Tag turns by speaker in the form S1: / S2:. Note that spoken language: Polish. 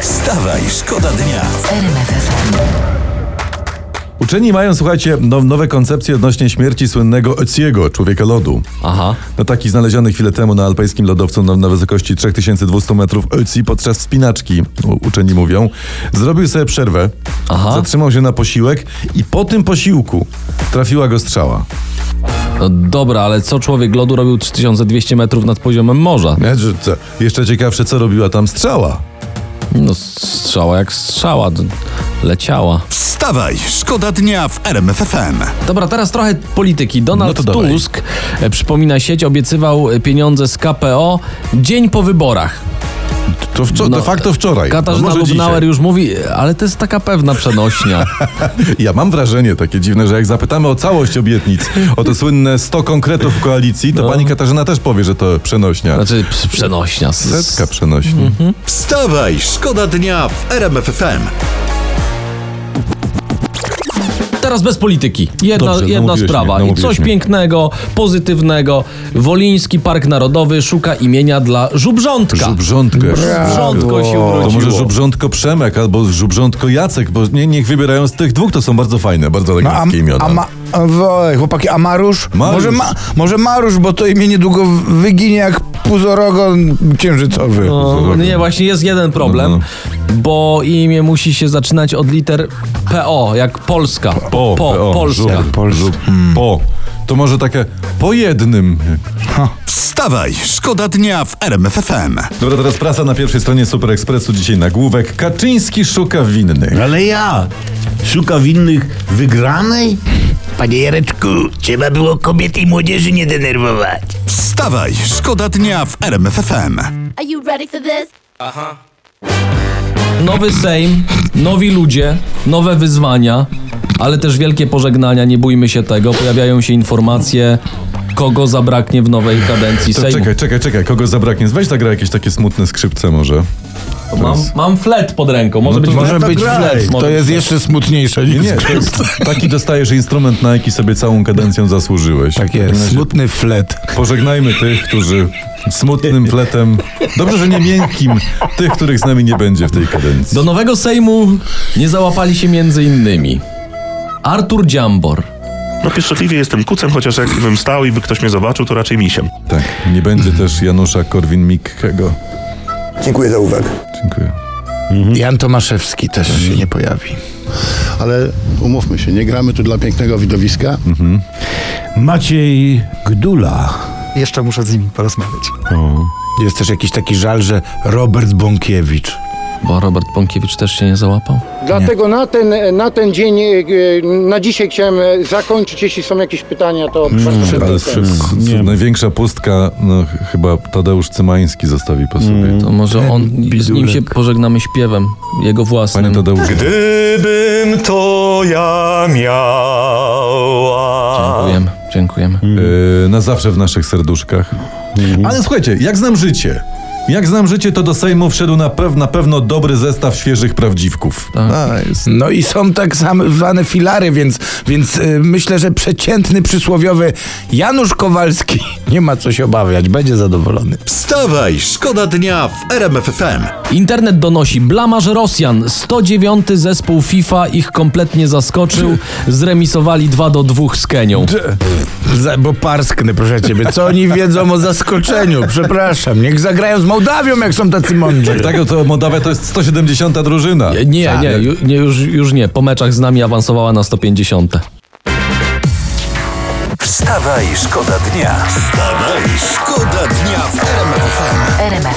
S1: Wstawaj, szkoda dnia.
S2: Uczeni mają, słuchajcie, no, nowe koncepcje odnośnie śmierci słynnego Eciego, człowieka lodu.
S3: Aha.
S2: No taki znaleziony chwilę temu na alpejskim lodowcu no, na, na wysokości 3200 metrów Eci podczas spinaczki, u- uczeni mówią, zrobił sobie przerwę,
S3: Aha.
S2: zatrzymał się na posiłek i po tym posiłku trafiła go strzała.
S3: No dobra, ale co człowiek lodu robił 3200 metrów nad poziomem morza?
S2: Nie, że co? Jeszcze ciekawsze, co robiła tam strzała.
S3: No strzała jak strzała, d- leciała.
S1: Wstawaj, szkoda dnia w RMFFM.
S3: Dobra, teraz trochę polityki.
S2: No
S3: Donald
S2: to dawaj.
S3: Tusk, e, przypomina sieć, obiecywał e, pieniądze z KPO dzień po wyborach.
S2: To wczo-
S3: No,
S2: de facto wczoraj. no,
S3: Katarzyna
S2: może
S3: Lubnauer
S2: dzisiaj.
S3: już mówi, e, ale to jest taka pewna przenośnia.
S2: Ja mam wrażenie takie dziwne, że jak zapytamy o całość obietnic, o te słynne 100 konkretów koalicji, to pani Katarzyna też powie, że to przenośnia.
S3: No. Znaczy Mhm. ps- przenośnia. S-
S2: Setka przenośni.
S1: Wstawaj, szkoda dnia w RMFFM.
S3: Teraz bez polityki. Jedna,
S2: Dobrze,
S3: jedna
S2: namówiłeś mnie,
S3: sprawa. I
S2: namówiłeś
S3: coś
S2: mnie.
S3: pięknego, pozytywnego. Woliński Park Narodowy szuka imienia dla żubrzątka.
S2: Żubrzątkę.
S3: Żubrzątko się urodziło.
S2: To może żubrzątko Przemek albo żubrzątko Jacek, bo nie, niech wybierają z tych dwóch, to są bardzo fajne, bardzo
S4: No,
S2: eleganckie imiona.
S4: a ma, a wo- chłopaki, a Marusz?
S2: Mariusz.
S4: Może, ma, może Marusz, bo to imię niedługo w- wyginie jak puzorogon księżycowy.
S3: No, nie, właśnie jest jeden
S4: No,
S3: problem, bo imię musi się zaczynać od liter PO, jak Polska.
S2: po, o,
S3: Polska.
S4: Tak,
S2: żub- żub-
S4: Hmm.
S2: Po. To może takie po jednym.
S1: Wstawaj, szkoda dnia w RMFFM.
S2: Dobra, teraz prasa na pierwszej stronie Super Expressu dzisiaj nagłówek. Kaczyński szuka winnych.
S5: Ale ja szuka winnych wygranej? Panie Jareczku, trzeba było kobiet i młodzieży nie denerwować.
S1: Wstawaj, szkoda dnia w RMFFM.
S6: Are you ready for this?
S3: Nowy Sejm, nowi ludzie, nowe wyzwania, ale też wielkie pożegnania, nie bójmy się tego. Pojawiają się informacje, kogo zabraknie w nowej kadencji
S2: To
S3: Sejmu.
S2: czekaj, czekaj, czekaj, kogo zabraknie? Weź zagra jakieś takie smutne skrzypce może.
S3: Mam, mam flet pod ręką, może być
S4: No Może
S3: flet?
S4: być
S3: Może
S4: flet.
S3: być
S4: To jest
S3: flet.
S4: jeszcze smutniejsze
S2: Nie,
S4: niż
S2: nie, to jest, taki dostajesz instrument, na jaki sobie całą kadencją zasłużyłeś.
S4: Tak
S2: W takim
S4: jest.
S2: razie
S4: Smutny flet.
S2: Pożegnajmy tych, którzy smutnym fletem, dobrze, że nie miękkim, tych, których z nami nie będzie w tej kadencji.
S3: Do nowego Sejmu nie załapali się między innymi Artur Dziambor,
S7: No pieszczotliwie jestem kucem, chociaż jakbym stał i by ktoś mnie zobaczył, to raczej misiem.
S2: Tak, nie będzie też Janusza Korwin-Mikkego.
S8: Dziękuję za uwagę.
S2: Dziękuję.
S4: Jan Tomaszewski też się nie pojawi.
S9: Ale umówmy się, nie gramy tu dla pięknego widowiska.
S5: Maciej Gdula.
S10: Jeszcze muszę z nimi porozmawiać.
S4: Jest też jakiś taki żal, że Robert Bąkiewicz.
S3: bo Robert Pąkiewicz też się nie załapał.
S11: Dlatego na ten, na ten dzień, e, na dzisiaj chciałem e, zakończyć. Jeśli są jakieś pytania, to bardzo szybko.
S2: Ale z,
S3: tak.
S2: z, z, największa pustka, no ch- chyba Tadeusz Cymański zostawi po sobie.
S3: To No może on, z nim się pożegnamy śpiewem, jego
S2: Panie
S3: własnym.
S2: Tadeusz,
S7: Gdybym to ja miała.
S3: Dziękujemy, dziękujemy.
S2: e, na zawsze w naszych serduszkach. Ale słuchajcie, jak znam życie? Jak znam życie, to do Sejmu wszedł na, pew, na pewno dobry zestaw świeżych prawdziwków. Tak. A, jest.
S4: No i są tak zwane filary, więc, więc y, myślę, że przeciętny przysłowiowy Janusz Kowalski nie ma co się obawiać, będzie zadowolony.
S1: Wstawaj, szkoda dnia w RMFFM.
S3: Internet donosi blamaż Rosjan. 109 zespół FIFA ich kompletnie zaskoczył. Zremisowali 2 do 2 z Kenią.
S4: Za, bo parsknę, proszę ciebie. Co oni wiedzą o zaskoczeniu? Przepraszam, niech zagrają z Mołdawią, jak są tacy mądrzy.
S2: Tak, to Moldawia to jest 170 drużyna.
S3: Nie, nie, ju, nie już, już nie. Po meczach z nami awansowała na 150.
S1: Wstawaj, szkoda dnia. Wstawaj, szkoda dnia w RMFFM.
S6: RMF